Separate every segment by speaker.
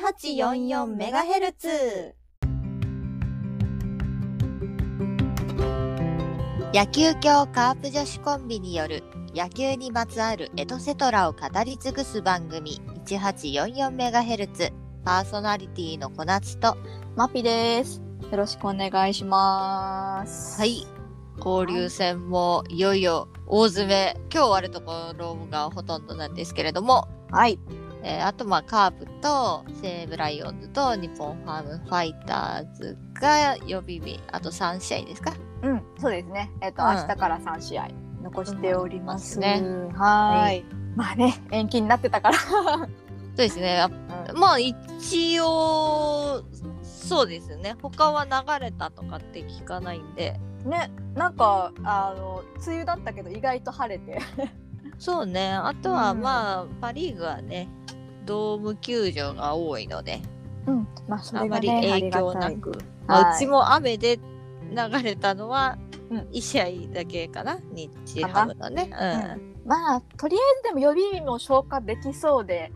Speaker 1: 1844メガヘルツ。
Speaker 2: 野球協カープ女子コンビによる野球にまつわるエトセトラを語り尽くす番組 1844MHz パーソナリティの小夏と
Speaker 3: マピです。よろしくお願いします。
Speaker 2: は。い交流戦もいよいよ大詰め今日終わるところがほとんどなんですけれども、
Speaker 3: はい。
Speaker 2: えーあとまあカープと西武ライオンズと日本ファームファイターズが予備日あと3試合ですか
Speaker 3: うん、そうですね。えっ、と、
Speaker 2: うん
Speaker 3: 明日から3試合残しております
Speaker 2: うんあり
Speaker 3: ね。はーい。まあね、延期になってたから。
Speaker 2: そうですねあまあ一応そうですね他は流れたとかって聞かないんで
Speaker 3: ね、なんか、あの、梅雨だったけど、意外と晴れて。
Speaker 2: そうねあとは
Speaker 3: うん
Speaker 2: まあ、パ・リーグはねドーム球場が多いので
Speaker 3: うん、まあ、そ
Speaker 2: あ
Speaker 3: れ
Speaker 2: ま
Speaker 3: が
Speaker 2: り
Speaker 3: ね、
Speaker 2: 影響
Speaker 3: あ
Speaker 2: な
Speaker 3: りが
Speaker 2: く、
Speaker 3: たい
Speaker 2: まあ
Speaker 3: はいう
Speaker 2: ちも雨で流れたのは
Speaker 3: うん
Speaker 2: 1試合だけかな、日ハムのね、うん
Speaker 3: たいまあ、とりあえずでも予備日も消化できそうで、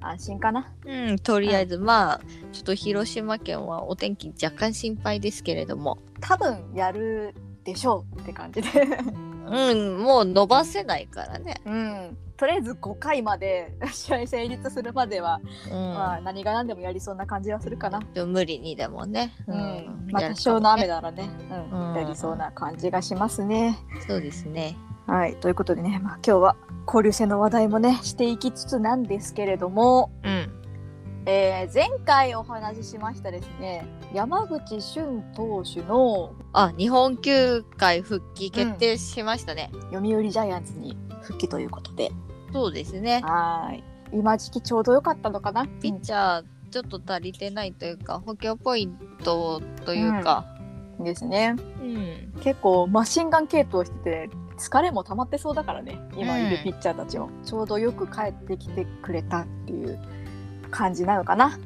Speaker 3: 安心かな。
Speaker 2: うんとりあえずまあちょっと広島県はお天気若干心配ですけれども、
Speaker 3: 多分やるでしょうって感じで。
Speaker 2: うん、もう伸ばせないからね、
Speaker 3: うん。とりあえず5回まで試合成立するまでは
Speaker 2: うん
Speaker 3: まあ、何が何でもやりそうな感じはするかな。
Speaker 2: でも無理にでもね、
Speaker 3: う
Speaker 2: うん
Speaker 3: ん、まあ、
Speaker 2: やるかもね
Speaker 3: 多少の雨ならね、う
Speaker 2: うん
Speaker 3: ん、やりそうな感じがしますね。
Speaker 2: そうですね
Speaker 3: はい、ということでね、まあ、今日は交流戦の話題もね、していきつつなんですけれども。
Speaker 2: うん
Speaker 3: えー前回お話ししましたですね、山口俊投手の
Speaker 2: あ日本球界復帰決定しましたね、
Speaker 3: 読売ジャイアンツに復帰ということで。
Speaker 2: そうですね
Speaker 3: はい、今時期ちょうど良かったのかな。
Speaker 2: ピッチャーちょっと足りてないというか補強ポイントというか、
Speaker 3: うんですね。
Speaker 2: うん
Speaker 3: 結構マシンガン系統してて疲れも溜まってそうだからね今いるピッチャーたちも、ちょうどよく帰ってきてくれたっていう感じなのかな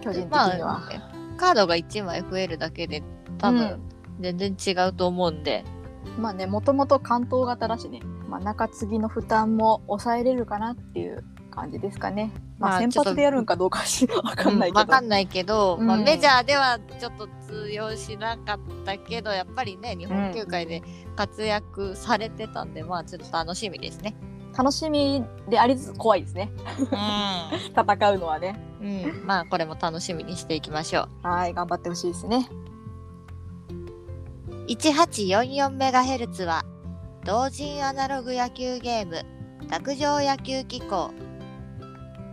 Speaker 3: 巨人的には、
Speaker 2: まあカードが1枚増えるだけで多分全然違うと思うんで、
Speaker 3: まあねもともと関東型だしね、まあ、中継ぎの負担も抑えれるかなっていう感じですかね、ま
Speaker 2: まあ
Speaker 3: あ、先
Speaker 2: ちょっと
Speaker 3: 発でやるんかどうかしわかんないけど、
Speaker 2: わかんないけど、まあ、
Speaker 3: うん
Speaker 2: メジャーではちょっと通用しなかったけどやっぱりね日本球界で活躍されてたんで、まあちょっと楽しみですね。
Speaker 3: 楽しみでありつつ怖いですね
Speaker 2: う
Speaker 3: 戦うのはね
Speaker 2: ん、まあこれも楽しみにしていきましょう。
Speaker 3: はい頑張ってほしいですね
Speaker 2: 1844メガヘルツは同人アナログ野球ゲーム卓上野球機構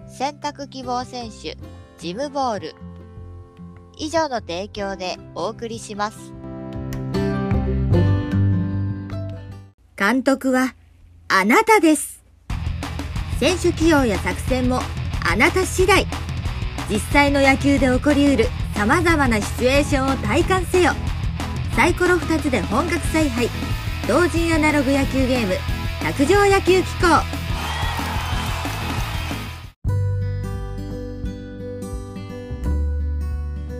Speaker 2: 選択希望選手ジムボール以上の提供でお送りします。
Speaker 1: 監督はあなたです選手起用や作戦もあなた次第実際の野球で起こりうる様々なシチュエーションを体感せよサイコロ2つで本格采配同人アナログ野球ゲーム卓上野球機構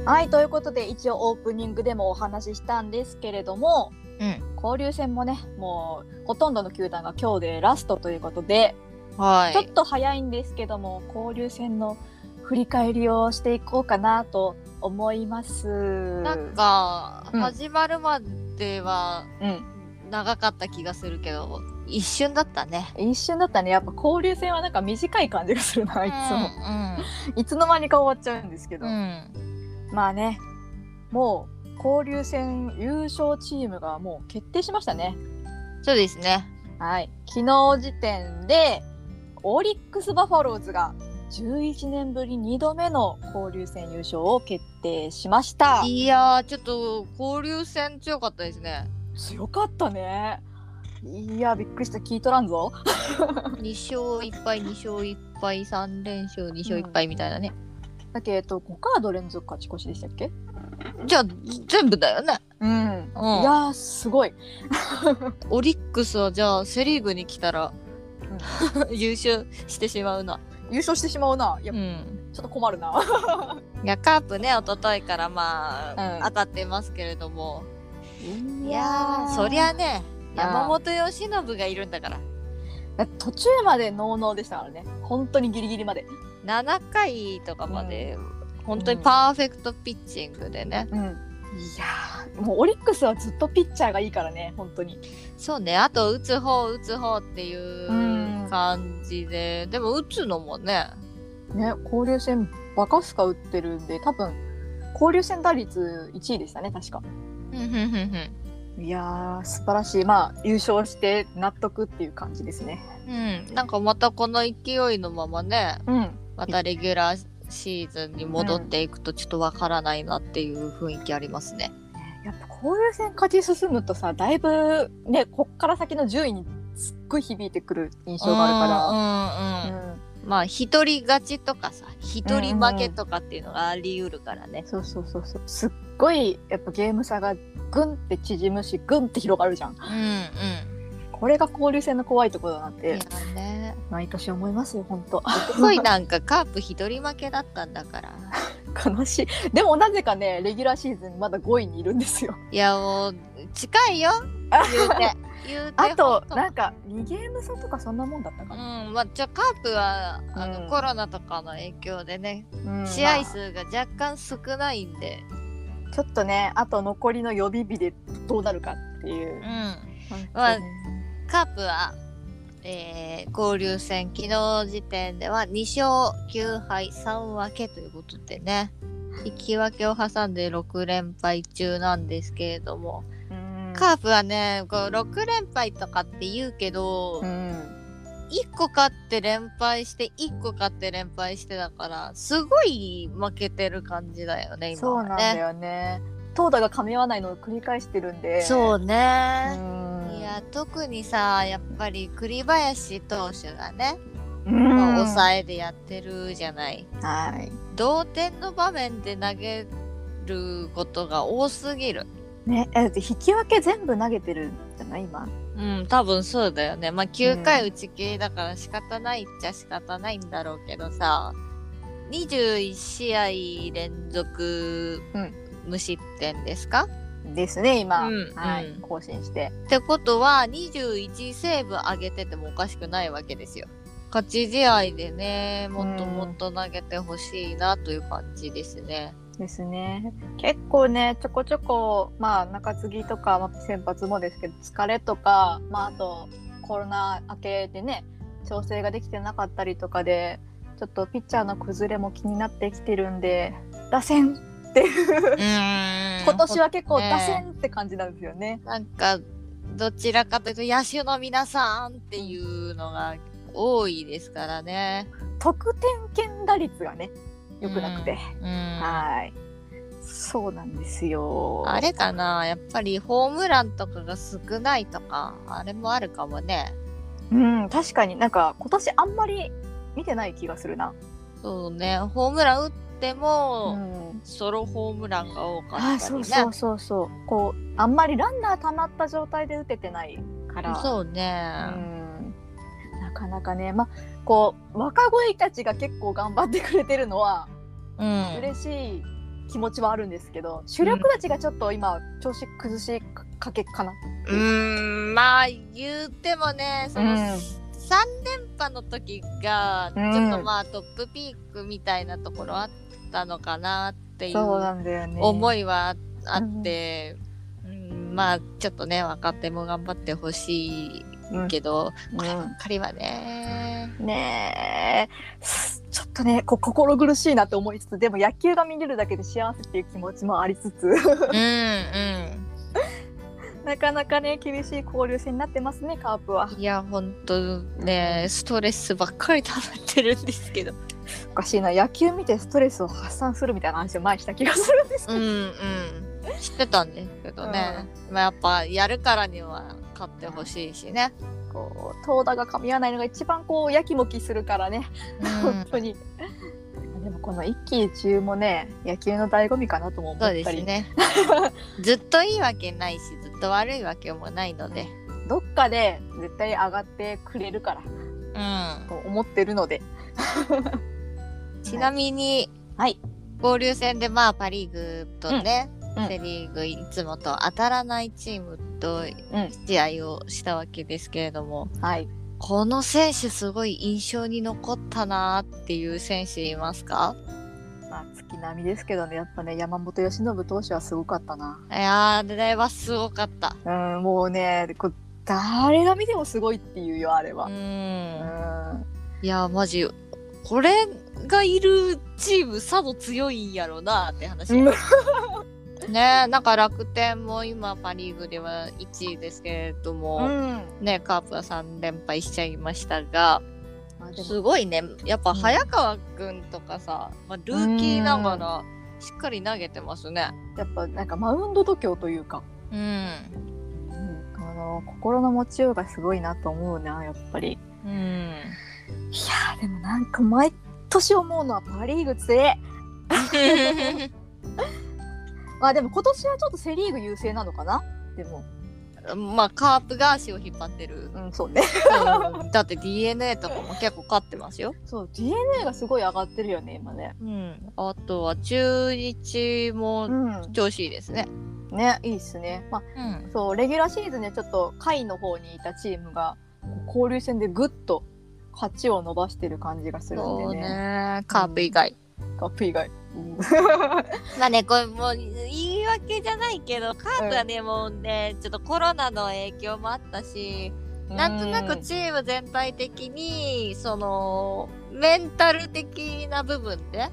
Speaker 3: はいということで一応オープニングでもお話ししたんですけれども
Speaker 2: うん、
Speaker 3: 交流戦もねもうほとんどの球団が今日でラストということで、
Speaker 2: はい
Speaker 3: ちょっと早いんですけども交流戦の振り返りをしていこうかなと思います。
Speaker 2: なんか
Speaker 3: うん
Speaker 2: 始まるまでは
Speaker 3: うん、
Speaker 2: 長かった気がするけど、一瞬だったね。
Speaker 3: 一瞬だったねやっぱ交流戦はなんか短い感じがするないつも、
Speaker 2: う
Speaker 3: いつの間にか終わっちゃうんですけど、
Speaker 2: んうん
Speaker 3: まあねもう交流戦優勝チームがもう決定しましたね。
Speaker 2: そうですね。
Speaker 3: はい、昨日時点でオリックス・バファローズが11年ぶり2度目の交流戦優勝を決定しました。
Speaker 2: いやーちょっと交流戦強かったですね。
Speaker 3: 強かったね。いやびっくりした聞いとらんぞ。
Speaker 2: 2勝1敗2勝1敗3連勝2勝1敗みたいなね。
Speaker 3: だけど5カード連続勝ち越しでしたっけ？
Speaker 2: じゃあ全部だよね。
Speaker 3: うん。
Speaker 2: う
Speaker 3: い
Speaker 2: ん、
Speaker 3: やーすごい。
Speaker 2: オリックスはじゃあセ・リーグに来たら、 優勝してしまうな。
Speaker 3: 優勝してしまうな。いうや、
Speaker 2: ん、
Speaker 3: ちょっと困るな。
Speaker 2: いやカープね一昨日からまあ、
Speaker 3: うん
Speaker 2: 当たってますけれどもい
Speaker 3: い
Speaker 2: やーそりゃね
Speaker 3: うん
Speaker 2: 山本由伸がいるんだから。
Speaker 3: 途中までノーノーでしたからね。本当にギリギリまで。
Speaker 2: 7回とかまで、本当にパーフェクトピッチングでね、
Speaker 3: うん、いやーもうオリックスはずっとピッチャーがいいからね本当に
Speaker 2: そうねあと打つ方打つ方っていう感じで、でも打つのもね
Speaker 3: ね交流戦バカスカ打ってるんで多分交流戦打率1位でしたね確か
Speaker 2: うんうんうんうん
Speaker 3: いやー素晴らしいまあ優勝して納得っていう感じですね
Speaker 2: うんなんかまたこの勢いのままね
Speaker 3: うん
Speaker 2: またレギュラーシーズンに戻っていくとちょっとわからないなっていう雰囲気ありますね。
Speaker 3: やっぱ交流戦勝ち進むとさだいぶねこっから先の順位にすっごい響いてくる印象があ
Speaker 2: あ
Speaker 3: るから、うん
Speaker 2: まあ一人勝ちとかさ一人負けとかっていうのがあり得るからね。
Speaker 3: そうそうそうそうすっごいやっぱゲーム差がグンって縮むしグンって広がるじゃん
Speaker 2: うんうん。
Speaker 3: これが交流戦の怖いところだなっ
Speaker 2: いや
Speaker 3: て
Speaker 2: ね。
Speaker 3: 毎年思いますよ本当
Speaker 2: 恋なんかカープ一人負けだったんだから。
Speaker 3: 悲しいでもなぜかねレギュラーシーズンまだ5位にいるんで すよ
Speaker 2: いやもう近いよ言う て。言うて
Speaker 3: あと
Speaker 2: ほん
Speaker 3: なんか2ゲーム差とかそんなもんだったかな、
Speaker 2: うんまあ、じゃあカープはあの、
Speaker 3: うん
Speaker 2: コロナとかの影響でね、
Speaker 3: うん
Speaker 2: 試合
Speaker 3: ま
Speaker 2: 数が若干少ないんで、
Speaker 3: あちょっとねあと残りの予備日でどうなるかっていう、
Speaker 2: うん、
Speaker 3: 本
Speaker 2: まあ
Speaker 3: 当に
Speaker 2: カープは、えー交流戦昨日時点では2勝9敗3分けということでね引き分けを挟んで6連敗中なんですけれども
Speaker 3: うん
Speaker 2: カープはねこう6連敗とかって言うけど
Speaker 3: うん、
Speaker 2: 1個勝って連敗して1個勝って連敗してだからすごい負けてる感じだよね今
Speaker 3: そう
Speaker 2: は
Speaker 3: なんだ
Speaker 2: ね。
Speaker 3: よね投打が噛み合わないのを繰り返してるんで
Speaker 2: そううね、
Speaker 3: ん
Speaker 2: いや特にさやっぱり栗林投手がね
Speaker 3: うん
Speaker 2: まあ、抑えでやってるじゃない。
Speaker 3: はい
Speaker 2: 同点の場面で投げることが多すぎる。
Speaker 3: ね、えだって引き分け全部投げてるんじゃない今
Speaker 2: うん、多分そうだよね。まあ、9回打ち切りだから仕方ないっちゃ仕方ないんだろうけどさ、21試合連続
Speaker 3: うん
Speaker 2: 無失点ですか、
Speaker 3: ですね今、
Speaker 2: うん
Speaker 3: はい
Speaker 2: うん
Speaker 3: 更新して
Speaker 2: ってことは、21セーブ上げててもおかしくないわけですよ。勝ち試合でね、もっともっと投げてほしいなという感じですね。
Speaker 3: ですね結構ねちょこちょこまあ中継ぎとか、まあ、先発もですけど疲れとか、まあ、あとコロナ明けでね調整ができてなかったりとかでちょっとピッチャーの崩れも気になってきてるんで打線っていう
Speaker 2: うーん
Speaker 3: 今年は結構
Speaker 2: ね
Speaker 3: 打線って感じなんですよね。
Speaker 2: なんかどちらかというと野手の皆さんっていうのが多いですからね。
Speaker 3: 得点圏打率がね良くなくて、
Speaker 2: うん、あ
Speaker 3: はいそうなんですよ。
Speaker 2: れかなやっぱりホームランとかが少ないとかあれもあるかもね。
Speaker 3: うん確かになんか今年あんまり見てない気がするな。
Speaker 2: そうねホームラン打って
Speaker 3: う
Speaker 2: も、
Speaker 3: ん
Speaker 2: ソロホームランが多かったりね。
Speaker 3: あーそうそうそうそうこうあんまりランナー溜まった状態で打ててないから
Speaker 2: そうね。
Speaker 3: うんなかなかねまあこう若鯉たちが結構頑張ってくれてるのは
Speaker 2: うん。
Speaker 3: 嬉しい気持ちはあるんですけど、主力たちがちょっと今調子崩しかけかな、
Speaker 2: うーんまあ言ってもねその、
Speaker 3: うん
Speaker 2: 3連覇の時がち
Speaker 3: うん
Speaker 2: ょっとまあ、トップピークみたいなところあったのかなっていう
Speaker 3: そうなんだよね
Speaker 2: 思
Speaker 3: い
Speaker 2: いはあって、うんまあちょっとね若手も頑張ってほしいけど、こればっかりはね。
Speaker 3: ねえすちょっとねこう心苦しいなって思いつつでも野球が見れるだけで幸せっていう気持ちもありつつ
Speaker 2: うんう
Speaker 3: なかなかね厳しい交流戦になってますねカープは。
Speaker 2: ん、いやほんとねストレスばっかり溜まってるんですけど
Speaker 3: おかしいな野球見てストレスを発散するみたいな話を前にした気がする んですけ
Speaker 2: うんう
Speaker 3: ど、
Speaker 2: ん知ってたんですけどね、まあやっぱやるからには勝ってほしいしね、
Speaker 3: こう投打が噛み合わないのが一番こうやきもきするからね、本当にでもこの一喜一憂もね野球の醍醐味かなとも思
Speaker 2: そ
Speaker 3: った
Speaker 2: う
Speaker 3: り
Speaker 2: ですねずっといいわけないしずっと悪いわけもないので
Speaker 3: どっかで絶対上がってくれるから
Speaker 2: うん
Speaker 3: と思ってる ので
Speaker 2: ちなみに、
Speaker 3: はい
Speaker 2: 交流戦でまあパ・リーグとね、
Speaker 3: うんうん
Speaker 2: セ・リーグいつもと当たらないチームと
Speaker 3: うん
Speaker 2: 試合をしたわけですけれども、
Speaker 3: はい
Speaker 2: この選手すごい印象に残ったなっていう選手いますか
Speaker 3: まあ、月並みですけどね、やっぱね、山本由伸投手はすごかったな。
Speaker 2: いやーあれはすごかった
Speaker 3: うん、もうね、こう誰が見てもすごいっていうよ、あれ
Speaker 2: う
Speaker 3: は。うんん、
Speaker 2: いやーマジこれがいるチームさぞ強いんやろなって話
Speaker 3: うん
Speaker 2: ねえなんか楽天も今パ・リーグでは1位ですけれども、ねカープは3連敗しちゃいましたが
Speaker 3: まあ、でも
Speaker 2: すごいねやっぱ早川君とかさ、まあ、ルーキーながらしっかり投げてますね。
Speaker 3: やっぱなんかマウンド度胸というか、
Speaker 2: うん、
Speaker 3: うん、あの心の持ちようがすごいなと思うなやっぱりい
Speaker 2: うん、
Speaker 3: やーでもなんか毎年思うのはパ・リーグ強えまあでも今年はちょっとセ・リーグ優勢なのかなでも
Speaker 2: まあカープが足を引っ張ってる、
Speaker 3: うんそうね
Speaker 2: うんだって d n a とかも結構勝ってますよ。
Speaker 3: そう d n a がすごい上がってるよね今ね
Speaker 2: うん、あとは中日
Speaker 3: う
Speaker 2: も
Speaker 3: ん
Speaker 2: 調子いいですね。
Speaker 3: ねいいっすねまあ
Speaker 2: うん、
Speaker 3: そうレギュラーシーズンねちょっと下位の方にいたチームがこう交流戦でぐっと勝ちを伸ばしてる感じがするん
Speaker 2: そう
Speaker 3: でね
Speaker 2: ねカープ以外。
Speaker 3: カップ以外、うん
Speaker 2: まあね、これもう言い訳じゃないけど、カープはね、もうね、ちょっとコロナの影響もあったし、なんとなくチーム全体的に、その、メンタル的な部分で、
Speaker 3: あ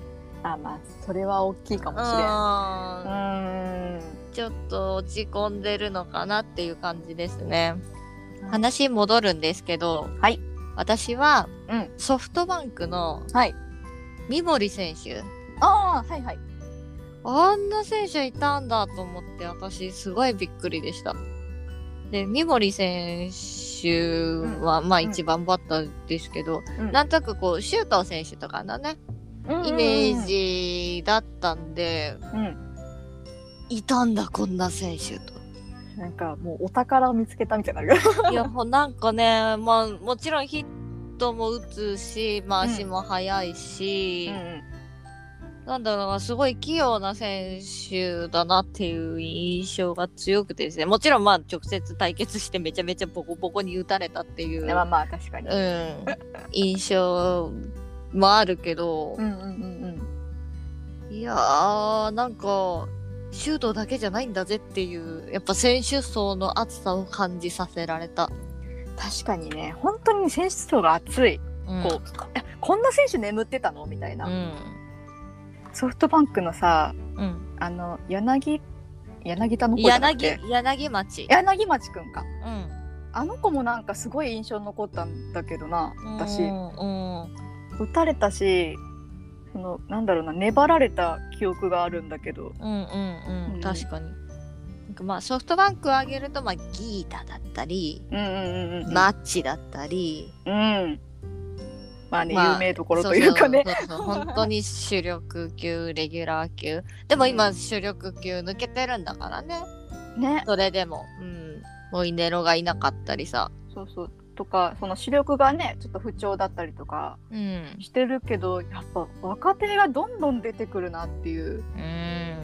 Speaker 3: まあそれは大きいか
Speaker 2: う
Speaker 3: もしれんう
Speaker 2: ーん、
Speaker 3: ーん
Speaker 2: ちょっと落ち込んでるのかなっていう感じですね。話戻るんですけど、
Speaker 3: はい
Speaker 2: 私は、
Speaker 3: うん
Speaker 2: ソフトバンクの
Speaker 3: はい
Speaker 2: 三森選手、
Speaker 3: ああはいはい
Speaker 2: あんな選手いたんだと思って私すごいびっくりでした。で三森選手は、まあ
Speaker 3: うん
Speaker 2: 一番バッターですけど、
Speaker 3: うん
Speaker 2: なんとなくこう周東選手とかのねイメージだったんで、
Speaker 3: うん
Speaker 2: いたんだこんな選手と。
Speaker 3: なんかもうお宝を見つけたみたいになる
Speaker 2: いやほなんかねまあもちろんヒットも打つし、まあ、
Speaker 3: うん
Speaker 2: 足も速いし、
Speaker 3: ん
Speaker 2: なんだろうな、すごい器用な選手だなっていう印象が強くてですね、もちろんまあ直接対決してめちゃめちゃボコボコに打たれたっていう、
Speaker 3: まあまあ確かに
Speaker 2: うん、印象もあるけど、
Speaker 3: んうんうん
Speaker 2: いやー、なんか、シュートだけじゃないんだぜっていう、やっぱ選手層の厚さを感じさせられた。
Speaker 3: 確かにね本当に選手層が熱い
Speaker 2: うん
Speaker 3: こう、えこんな選手眠ってたのみたいな、
Speaker 2: うん。
Speaker 3: ソフトバンクのさ
Speaker 2: うん。
Speaker 3: あの柳柳田の方じゃなく
Speaker 2: 柳
Speaker 3: て、
Speaker 2: 柳町。
Speaker 3: 柳町くんか
Speaker 2: うん。
Speaker 3: あの子もなんかすごい印象に残ったんだけどな私、
Speaker 2: うん。うん
Speaker 3: 打たれたしそのなんだろうな粘られた記憶があるんだけど
Speaker 2: うんうんうん、
Speaker 3: うん
Speaker 2: 確かに。なんかまあソフトバンクを挙げると、まあ、ギータだったり、
Speaker 3: うんうんうんうん
Speaker 2: マッチだったり、
Speaker 3: うんまあね、
Speaker 2: まあ
Speaker 3: 有名どころというかね
Speaker 2: そうそうそうそう本当に主力級、レギュラー級。でも今、主力級抜けてるんだからね。
Speaker 3: ね
Speaker 2: それでも、うん、モイネロがいなかったりさ。
Speaker 3: そうそうとかその視力がねちょっと不調だったりとか
Speaker 2: うん。
Speaker 3: してるけどやっぱ若手がどんどん出てくるなっていう
Speaker 2: うん。ね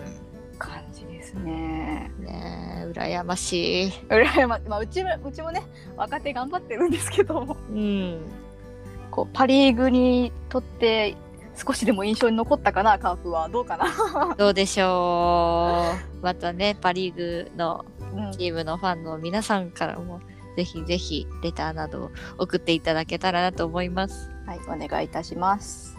Speaker 3: 感じですね
Speaker 2: え、羨ましい。
Speaker 3: うらやま、まあ、うちもうちもね若手頑張ってるんですけども
Speaker 2: うん。
Speaker 3: こうパ・リーグにとって少しでも印象に残ったかなカープはどうかな、
Speaker 2: どうでしょう。またね、パ・リーグの
Speaker 3: うん
Speaker 2: チームのファンの皆さんからもぜひぜひレターなどを送っていただけたらなと思います。
Speaker 3: はい、お願いいたします。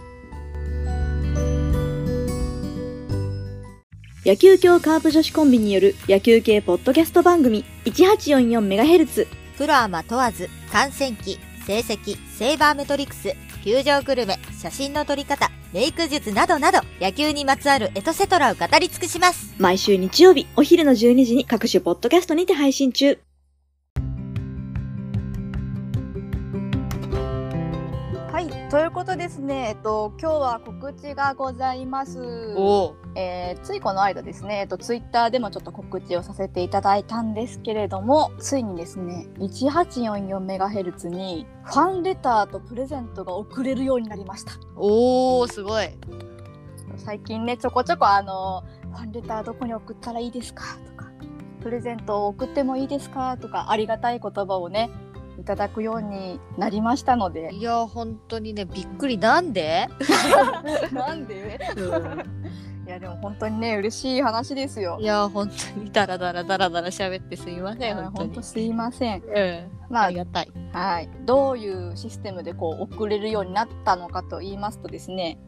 Speaker 4: 野球協カープ女子コンビによる野球系ポッドキャスト番組 1844MHz
Speaker 1: プロアマ問わず観戦記成績セーバーメトリクス球場グルメ写真の撮り方メイク術などなど野球にまつわるエトセトラを語り尽くします
Speaker 4: 毎週日曜日お昼の12時に各種ポッドキャストにて配信中
Speaker 3: はい、ということですね。えっと今日は告知がございます。
Speaker 2: お
Speaker 3: えーついこの間ですね。えっとツイッターでもちょっと告知をさせていただいたんですけれども、ついにですね、1844メガヘルツにファンレターとプレゼントが送れるようになりました。
Speaker 2: おーすごい。
Speaker 3: 最近ねちょこちょこあのファンレターどこに送ったらいいですかとかプレゼントを送ってもいいですかとかありがたい言葉をねいただくようになりましたので
Speaker 2: いや本当にねびっくりなんで
Speaker 3: なんでいやでも本当にね嬉しい話ですよ
Speaker 2: いや本当にダラダラダラダラ喋ってすいません
Speaker 3: あ
Speaker 2: 本当に
Speaker 3: すいません
Speaker 2: うん
Speaker 3: ま
Speaker 2: あ
Speaker 3: あ
Speaker 2: りがたい
Speaker 3: はい、どういうシステムでこう送れるようになったのかと言いますとですね、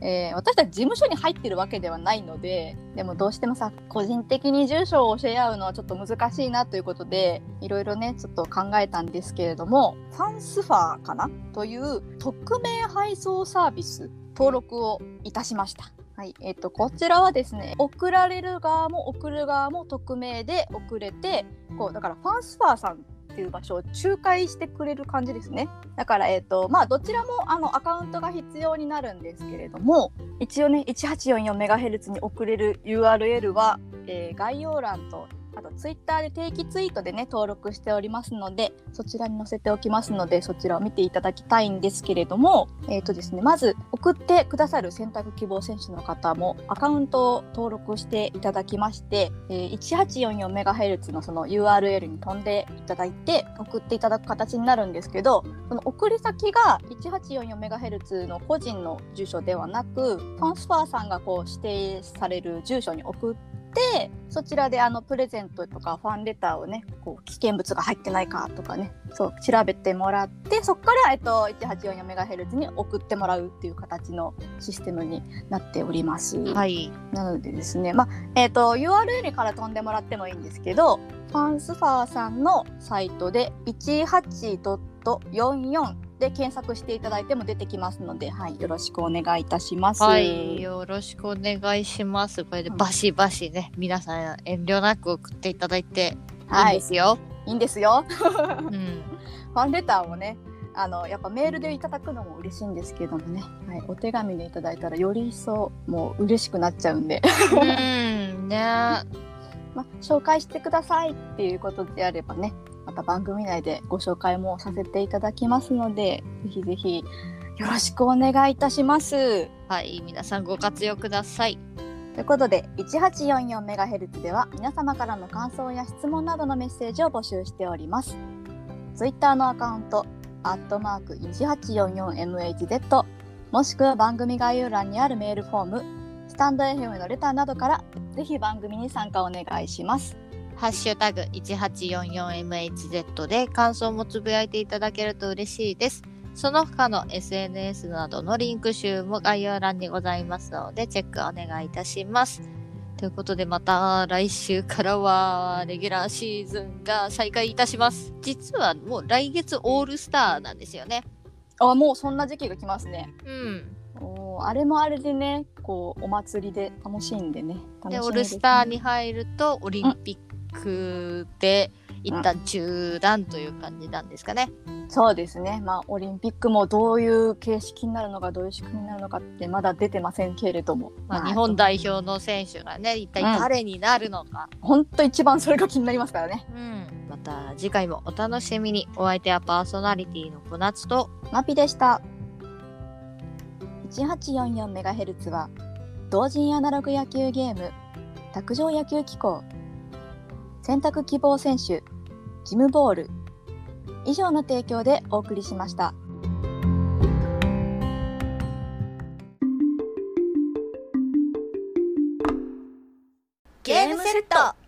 Speaker 3: えー私たち事務所に入ってるわけではないのででもどうしてもさ個人的に住所を教え合うのはちょっと難しいなということでいろいろねちょっと考えたんですけれどもファンスファーかなという匿名配送サービス登録をいたしました。はいえっとこちらはですね送られる側も送る側も匿名で送れてこうだからファンスファーさんっていう場所を仲介してくれる感じですね。だから、えっ、と、まあ、どちらも、あの、アカウントが必要になるんですけれども、一応ね、1844MHz に送れる URL は、えー概要欄と、あと、ツイッターで定期ツイートでね、登録しておりますので、そちらに載せておきますので、そちらを見ていただきたいんですけれども、えっ、とですね、まず、送ってくださる選択希望選手の方も、アカウントを登録していただきまして、えー 1844MHz のその URL に飛んでいただいて、送っていただく形になるんですけど、その送り先が 1844MHz の個人の住所ではなくトランスファーさんがこう指定される住所に送ってそちらであのプレゼントとかファンレターをねこう危険物が入ってないかとかねそう調べてもらってそこから、えっと、1844MHz に送ってもらうっていう形のシステムになっております。
Speaker 2: はい
Speaker 3: なのでですね、まあえー、と URL から飛んでもらってもいいんですけどファンスファーさんのサイトで18.44で検索していただいても出てきますので、はい、よろしくお願いいたします。
Speaker 2: はいよろしくお願いしますこれでバシバシね皆さん遠慮なく送っていただいて
Speaker 3: はい
Speaker 2: いいです よ
Speaker 3: いいんですよ。
Speaker 2: うん
Speaker 3: ファンレターもねあのやっぱメールでいただくのも嬉しいんですけどもね、はい、お手紙でいただいたらより一層もう嬉しくなっちゃうんで、
Speaker 2: うんね
Speaker 3: まあ、紹介してくださいっていうことであればねまた番組内でご紹介もさせていただきますのでぜひぜひよろしくお願いいたします。
Speaker 2: はい皆さんご活用ください
Speaker 3: ということで 1844MHz では皆様からの感想や質問などのメッセージを募集しております Twitter のアカウント「アットマーク 1844MHz」もしくは番組概要欄にあるメールフォームスタンド FM のレターなどからぜひ番組に参加お願いします
Speaker 2: ハッシュタグ 1844MHz で感想もつぶやいていただけると嬉しいです。その他の SNS などのリンク集も概要欄にございますのでチェックお願いいたします。ということでまた来週からはレギュラーシーズンが再開いたします。実はもう来月オールスターなんですよね。
Speaker 3: あもうそんな時期が来ますね
Speaker 2: うん。
Speaker 3: おーあれもあれでねこうお祭りで楽しいんでね楽
Speaker 2: で、
Speaker 3: しみす
Speaker 2: オールスターに入るとオリンピックで一旦中断という感じなんですかね。
Speaker 3: そうですね、まあ、オリンピックもどういう形式になるのかどういう仕組みになるのかってまだ出てませんけれども、
Speaker 2: ま
Speaker 3: ま
Speaker 2: あ、
Speaker 3: あ
Speaker 2: 日本代表の選手がね一体
Speaker 3: うん
Speaker 2: 誰になるのか、
Speaker 3: 本当一番それが気になりますからね
Speaker 2: うんまた次回もお楽しみにお相手はパーソナリティの小夏と
Speaker 3: マピでした1 8 4 4メガヘルツは同人アナログ野球ゲーム卓上野球機構選択希望選手ジムボール以上の提供でお送りしました。
Speaker 1: ゲームセット